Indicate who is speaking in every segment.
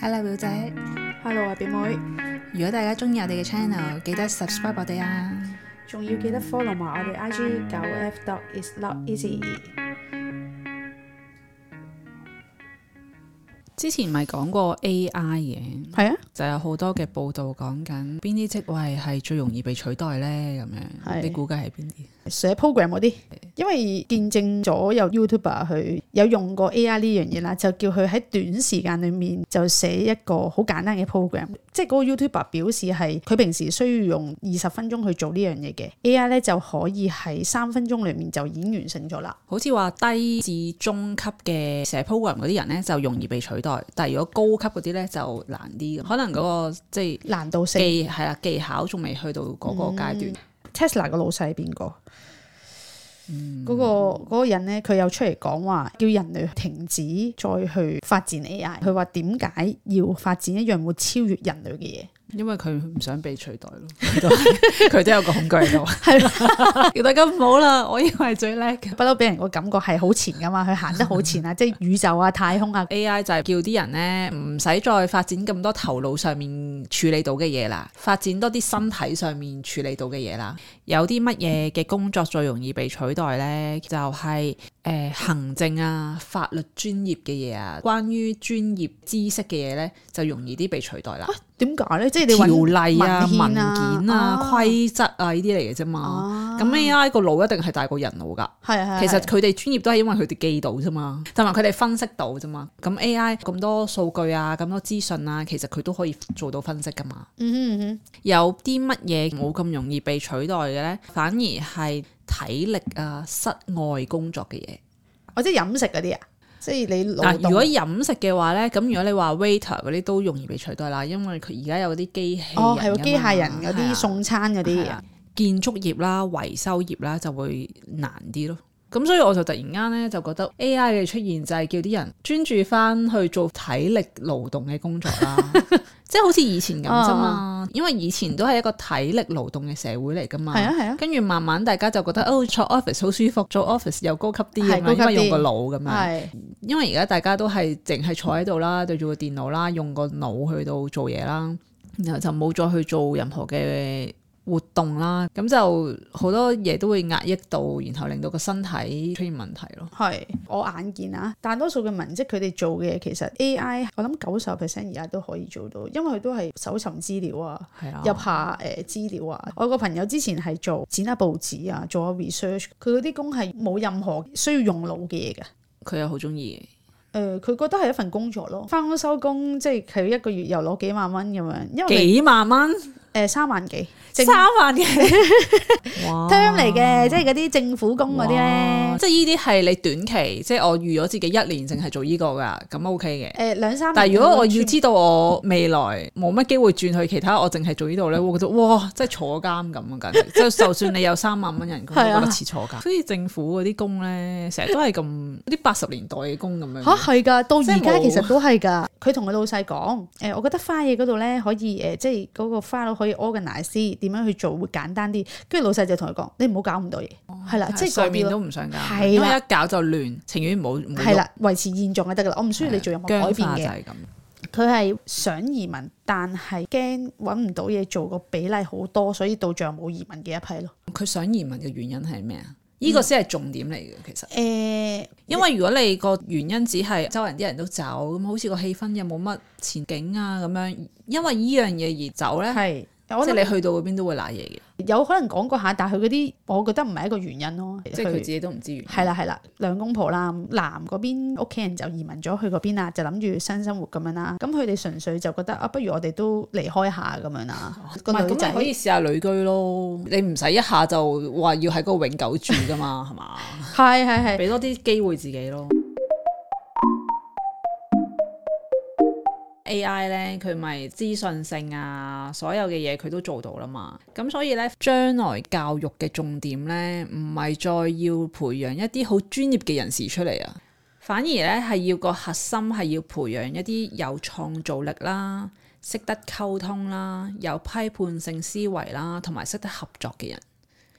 Speaker 1: Hello 表姐，
Speaker 2: Hello 啊，表妹，
Speaker 1: 如果大家中意我哋嘅 channel，記得 subscribe 我哋啊！
Speaker 2: 仲要記得 follow 埋我哋 IG 九 F dot is not easy。
Speaker 1: 之前咪講過 AI 嘅，
Speaker 2: 係啊，
Speaker 1: 就有好多嘅報道講緊邊啲職位係最容易被取代呢？咁樣
Speaker 2: 係
Speaker 1: 你估計係邊啲？
Speaker 2: 寫 program 嗰啲，因為見證咗有 YouTuber 佢有用過 AI 呢樣嘢啦，就叫佢喺短時間裡面就寫一個好簡單嘅 program。即係嗰個 YouTuber 表示係佢平時需要用二十分鐘去做呢樣嘢嘅，AI 咧就可以喺三分鐘裡面就已經完成咗啦。
Speaker 1: 好似話低至中級嘅寫 program 嗰啲人呢，就容易被取代，但係如果高級嗰啲呢，就難啲，可能嗰、個即係
Speaker 2: 難度性
Speaker 1: 技係啦技巧仲未去到嗰個階段。
Speaker 2: Tesla 個老細係邊個？
Speaker 1: 嗯
Speaker 2: 嗰、個嗰個人咧，佢有出嚟講話，叫人類停止再去發展 AI。佢話點解要發展一樣會超越人類嘅嘢？
Speaker 1: 因為佢唔想被取代 咯，佢都係佢都有個恐懼喺度。 係啦，大家唔好啦，我以為最叻嘅。
Speaker 2: 不嬲俾人個感覺係好前噶嘛，佢行得 好前啊，即係宇宙啊、太空啊。
Speaker 1: A.I. 就係叫啲人咧唔使再發展咁多頭腦上面處理到嘅嘢啦，發展多啲身體上面處理到嘅嘢啦。有啲乜嘢嘅工作最容易被取代咧？就係、诶行政啊、法律專業嘅嘢啊，關於專業知識嘅嘢咧，就容易啲被取代啦。
Speaker 2: 點解咧？即係你
Speaker 1: 條
Speaker 2: 揾
Speaker 1: 例啊、文
Speaker 2: 文獻啊
Speaker 1: 件啊、
Speaker 2: 啊
Speaker 1: 規則啊呢啲嚟嘅啫嘛。
Speaker 2: 啊，
Speaker 1: 咁 AI 個腦一定係大過人腦㗎。
Speaker 2: 係啊係
Speaker 1: 其實
Speaker 2: 係
Speaker 1: 佢哋專業都係因為佢哋記到啫嘛，同埋佢哋分析到啫嘛。咁 AI 咁多數據啊，咁多資訊啊，其實佢都可以做到分析噶嘛。
Speaker 2: 嗯哼嗯
Speaker 1: 有啲乜嘢冇咁容易被取代嘅咧？反而係體力啊、室外工作嘅嘢。
Speaker 2: 哼，或者飲食嗰啲啊，即係你
Speaker 1: 嗱，
Speaker 2: 勞
Speaker 1: 如果
Speaker 2: 動。
Speaker 1: 飲食嘅話咧，咁如果你話 waiter 嗰啲都容易被取代啦，因為佢而家有啲機器人
Speaker 2: 哦，係
Speaker 1: 㗎
Speaker 2: 喎，
Speaker 1: 嘛
Speaker 2: 機械人嗰
Speaker 1: 係
Speaker 2: 啲
Speaker 1: 啊
Speaker 2: 送餐嗰
Speaker 1: 係
Speaker 2: 啲
Speaker 1: 啊，建築業啦、維修業啦就會難啲咯。咁所以我就突然間咧就覺得 A.I. 嘅出現就係叫啲人專注翻去做體力勞動嘅工作 啦，即係好似以前咁啫嘛。因為以前都係一個體力勞動嘅社會嚟噶嘛。
Speaker 2: 啊係啊係啊。
Speaker 1: 跟住慢慢大家就覺得哦，坐 office 好舒服，做 office 又高級啲咁樣，
Speaker 2: 係
Speaker 1: 因
Speaker 2: 高級
Speaker 1: 為
Speaker 2: 啲
Speaker 1: 用個腦咁啊樣。
Speaker 2: 係
Speaker 1: 因為而家大家都係淨係坐喺度啦，對住個電腦啦，用個腦去到做嘢啦，然後就冇再去做任何嘅活動啦，咁就好多嘢都會壓抑到，然後令到個身體出現問題咯。
Speaker 2: 係，我眼見啊，大多數嘅文職佢哋做嘅嘢其實 AI，我諗九十 percent 而家都可以做到，因為佢都係搜尋資料啊。
Speaker 1: 係啊，
Speaker 2: 入下誒、呃、資料啊！我有個朋友之前係做剪下報紙啊，做下 research，佢嗰啲工係冇任何需要用腦嘅嘢嘅。誒、
Speaker 1: 佢又好中意
Speaker 2: 佢覺得係一份工作咯，翻工收工，即係佢一個月又攞幾萬蚊咁樣，因為
Speaker 1: 幾萬蚊、
Speaker 2: 誒三、萬幾
Speaker 1: 三
Speaker 2: 政
Speaker 1: 萬嘅哇
Speaker 2: term 嚟嘅，即係嗰啲政府工嗰啲咧
Speaker 1: 哇，即係呢啲係你短期，即係我預咗自己一年淨係做呢個㗎，咁 OK 嘅。
Speaker 2: 誒呃兩三萬。
Speaker 1: 但係如果我要知道我未來冇乜機會轉去其他，我淨係做呢度咧，我覺得哇，真係坐監咁啊！簡 直即係就算你有三萬蚊人工，都
Speaker 2: 係啊
Speaker 1: 覺得似坐監。所以政府嗰啲工咧，成日都係咁啲八十年代嘅工咁樣。
Speaker 2: 吓係㗎，到而
Speaker 1: 即係
Speaker 2: 家
Speaker 1: 冇
Speaker 2: 其實都係㗎。佢同佢老細講，誒、我覺得花嘢嗰度咧可以誒、即係嗰個花佬可以 organize 啲點樣去做會簡單啲。跟住老細就同佢講，你唔好搞咁多嘢，係啦、即係
Speaker 1: 哦
Speaker 2: 嗰
Speaker 1: 上
Speaker 2: 啲
Speaker 1: 面
Speaker 2: 咯
Speaker 1: 都。唔想搞，
Speaker 2: 係啦
Speaker 1: 因為一搞就亂，情願冇冇
Speaker 2: 係啦，維持現狀就得㗎啦，我唔需要你做任何改
Speaker 1: 僵
Speaker 2: 變
Speaker 1: 化就
Speaker 2: 嘅。
Speaker 1: 係咁。啊
Speaker 2: 佢係想移民，但係驚揾唔到嘢做，個比例好多，所以到最後冇移民嘅一批咯。
Speaker 1: 佢想移民嘅原因係咩啊？呢個先係重點嚟嘅，其實。
Speaker 2: 誒、
Speaker 1: 因為如果你個原因只係周圍啲人都走，咁好似個氣氛又冇乜前景啊咁樣，因為呢樣嘢而走咧，
Speaker 2: 係我
Speaker 1: 啊即係
Speaker 2: 諗
Speaker 1: 你去到嗰邊都會賴嘢嘅，
Speaker 2: 有可能講過下，但係佢嗰啲我覺得唔係一個原因咯。
Speaker 1: 即係佢
Speaker 2: 佢
Speaker 1: 自己都唔知原因。
Speaker 2: 係啦係啦，兩公婆啦，男嗰邊屋企人就移民咗去嗰邊啦，就諗住新生活咁樣啦。咁佢哋純粹就覺得啊，不如我哋都離開下咁樣啦。
Speaker 1: 哦唔
Speaker 2: 個
Speaker 1: 係
Speaker 2: 女
Speaker 1: 咁，
Speaker 2: 仔
Speaker 1: 你可以試下旅居咯。你唔使一下就話要喺嗰個永久住噶 嘛，係嘛？
Speaker 2: 係係係。
Speaker 1: 俾多啲機會自己咯。A.I. 咧，佢咪資訊性啊，所有嘅嘢佢都做到啦嘛。咁所以咧，將來教育嘅重點咧，唔係再要培養一啲好專業嘅人士出嚟啊，反而咧係要個核心係要培養一啲有創造力啦、識得溝通啦、有批判性思維啦，同埋識得合作嘅人。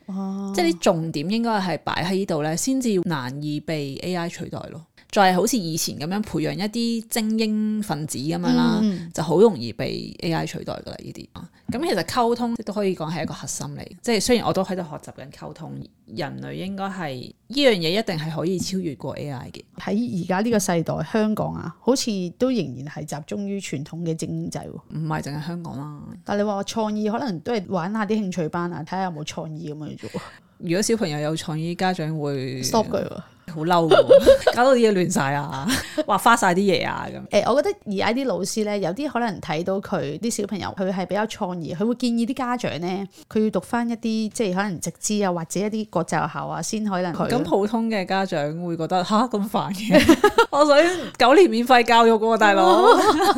Speaker 1: 即係啲重點應該係擺喺呢度咧，先至難以被 AI 取代咯。再係好似以前咁樣培養一啲精英分子咁樣啦，
Speaker 2: 嗯
Speaker 1: 就好容易被 AI 取代噶啦呢啲。啊咁其實溝通都可以講係一個核心嚟，即係雖然我都喺度學習緊溝通，人類應該係呢樣嘢一定係可以超越過 AI 嘅。
Speaker 2: 喺而家呢個世代，香港啊，好似都仍然係集中於傳統嘅精英制喎。
Speaker 1: 唔係淨係香港啦，
Speaker 2: 但你話我創意，可能都係玩下啲興趣班啊，睇下有冇創意咁樣啫喎。
Speaker 1: 如果小朋友有創意，家長會
Speaker 2: stop 佢喎。
Speaker 1: 好嬲 喎，搞到啲嘢亂晒 啊，畫花晒啲嘢啊咁。
Speaker 2: 誒、我覺得而家啲老師咧，有啲可能睇到佢啲小朋友，佢係比較創意，佢會建議啲家長咧，佢要讀翻一啲即係可能直資啊，或者一啲國際學校啊，先可能佢
Speaker 1: 咁普通嘅家長會覺得吓咁煩嘅， 我想九年免費教育喎、大佬。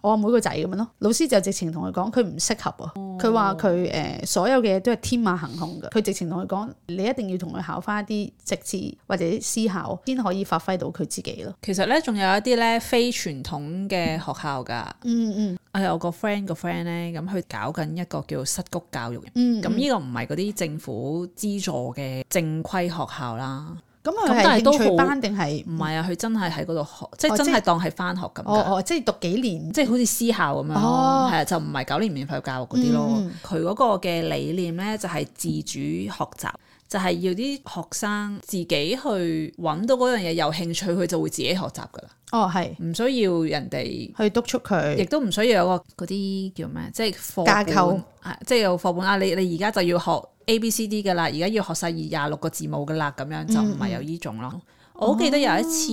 Speaker 2: 我阿妹個仔咁樣咯，老師就直情同佢講，佢唔適合啊。佢話佢誒所有嘅嘢都係天馬行空嘅，佢直情同佢講，你一定要同佢考翻一啲直資或者私校，先可以發揮到佢自己咯。
Speaker 1: 其實咧，仲有一啲咧非傳統嘅學校㗎。哎
Speaker 2: 嗯嗯
Speaker 1: 我有個 friend 個 friend 咧，咁佢搞緊一個叫失谷教育。
Speaker 2: 嗯，
Speaker 1: 咁呢個唔係嗰啲政府資助嘅正規學校啦，
Speaker 2: 咁
Speaker 1: 咁
Speaker 2: 佢
Speaker 1: 但係
Speaker 2: 係
Speaker 1: 都
Speaker 2: 興趣
Speaker 1: 好
Speaker 2: 班定係
Speaker 1: 唔係啊，佢真係喺嗰度學，即
Speaker 2: 哦
Speaker 1: 係真
Speaker 2: 即係
Speaker 1: 係當係翻學咁㗎。
Speaker 2: 哦哦，即係讀幾年
Speaker 1: 即係好似私校咁樣咯，係
Speaker 2: 哦
Speaker 1: 啊、就唔係九年免費教育嗰啲咯
Speaker 2: 嗯。
Speaker 1: 佢嗰、個嘅理念咧就係、自主學習，就係、要啲學生自己去揾到嗰樣嘢有興趣，佢就會自己學習噶啦，
Speaker 2: 哦係
Speaker 1: 唔需要人哋，
Speaker 2: 去督促佢
Speaker 1: 亦。都唔需要有個嗰啲叫咩，即係課
Speaker 2: 架
Speaker 1: 本
Speaker 2: 構
Speaker 1: 啊，即係有課本啊，你你而家就要學 A B C D 噶啦，而家要學晒二廿六個字母噶啦，咁樣就
Speaker 2: 嗯
Speaker 1: 唔係有呢種咯。
Speaker 2: 哦
Speaker 1: 我好記得有一次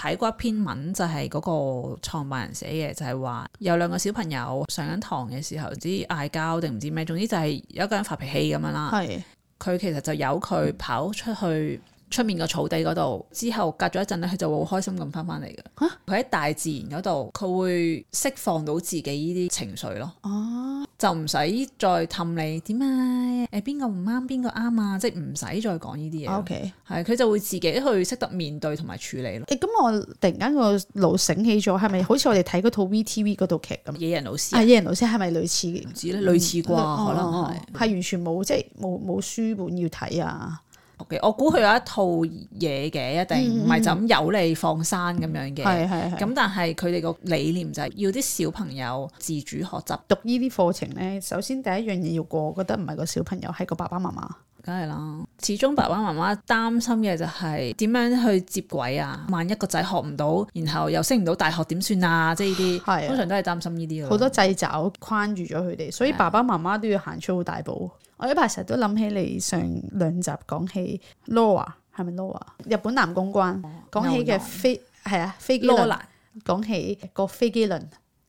Speaker 1: 睇過一篇文，就係嗰個創辦人寫嘅，就係話有兩個小朋友上緊堂嘅時候，唔知嗌交定唔知咩，總之就係有一個人發脾氣咁樣啦。
Speaker 2: 係
Speaker 1: 佢其實就由
Speaker 2: 嗯
Speaker 1: 佢跑出去出面個草地嗰度，之後隔咗一陣咧，佢就會好開心咁翻返嚟嘅。佢喺大自然嗰度，佢會釋放到自己呢啲情緒咯。
Speaker 2: 哦，
Speaker 1: 就唔使再氹你點啊？誒邊個唔啱邊個啱啊？即係唔使再講呢啲嘢咯。
Speaker 2: OK。
Speaker 1: 係佢就會自己去識得面對同埋處理咯。
Speaker 2: 誒咁我突然間個腦醒起咗，係咪好似我哋睇嗰套 VTV 嗰套劇咁？
Speaker 1: 野人老師
Speaker 2: 阿
Speaker 1: 啊
Speaker 2: 野人老師係咪類似？
Speaker 1: 唔知咧，類似啩，可能
Speaker 2: 哦
Speaker 1: 係。
Speaker 2: 係完全冇即係冇冇書本要睇啊！
Speaker 1: OK，我估佢有一套嘢嘅，一定唔係就咁由你放生咁樣嘅。
Speaker 2: 嗯係係係。咁
Speaker 1: 咁但係佢哋個理念就係要啲小朋友自主學習，
Speaker 2: 讀呢啲課程咧，首先第一樣嘢要過，我覺得唔係個小朋友，係個爸爸媽媽。
Speaker 1: 梗係啦。始終爸爸媽媽擔心嘅就係點樣去接軌啊？萬一個仔學唔到，然後又升唔到大學點算啊？即係呢
Speaker 2: 係啊
Speaker 1: 啲，通常都係擔心呢啲咯
Speaker 2: 好多掣肘框住咗佢哋，所以爸爸媽媽都要行出好大步。我呢排成日都諗起你上兩集講起 Laura 係咪 Laura？日本南公關講起嘅
Speaker 1: 牛郎
Speaker 2: 飛係啊飛機
Speaker 1: 羅
Speaker 2: 輪
Speaker 1: 蘭。
Speaker 2: 講起個飛機輪，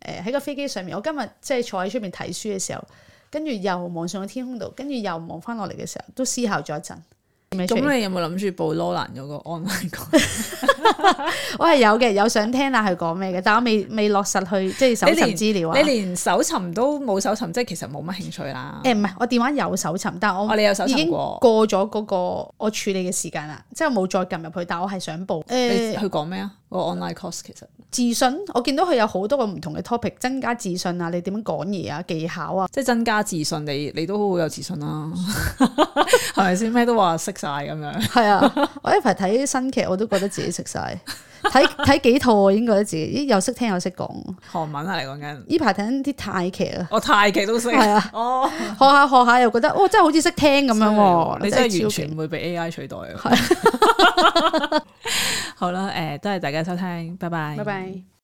Speaker 2: 誒、喺個飛機上面，我今日即係坐喺出面睇書嘅時候，跟住又望上個天空度，跟住又望翻落嚟嘅時候，都思考咗一陣。
Speaker 1: 咁你有冇諗住報羅蘭嗰個 online 講？
Speaker 2: 我係有嘅，有想聽下佢講咩嘅，但我未未落實去即係搜
Speaker 1: 你連
Speaker 2: 尋資料啊
Speaker 1: 你。連搜尋都冇搜尋，即係其實冇乜興趣啦。
Speaker 2: 誒唔係，我電話有搜尋，但我
Speaker 1: 我哋有搜
Speaker 2: 已經
Speaker 1: 尋過，
Speaker 2: 過咗嗰個我處理嘅時間啦，即係我冇再撳入去，但我係想報誒、
Speaker 1: 你去講咩啊？個 online course 其實
Speaker 2: 自信。我見到佢有好多個唔同嘅 topic，增加自信啊，你點樣講嘢啊，技巧啊，
Speaker 1: 即係增加自信，你你都好有自信啦， 係咪先？咩都話識晒咁樣。
Speaker 2: 係啊，我一排睇新劇，我都覺得自己識 晒。睇睇幾套我已經覺得自己咦又識聽又識講。
Speaker 1: 韓文啊，你講緊，
Speaker 2: 呢排睇緊啲泰劇 啊，
Speaker 1: 我泰劇都識。
Speaker 2: 係啊，
Speaker 1: 哦，
Speaker 2: 學下學下又覺得哦真係好似識聽咁樣喎。
Speaker 1: 你真係
Speaker 2: 超
Speaker 1: 完
Speaker 2: 勁
Speaker 1: 全唔會被 AI 取代 啊！好啦，誒、多謝大家收聽，拜拜，
Speaker 2: 拜拜。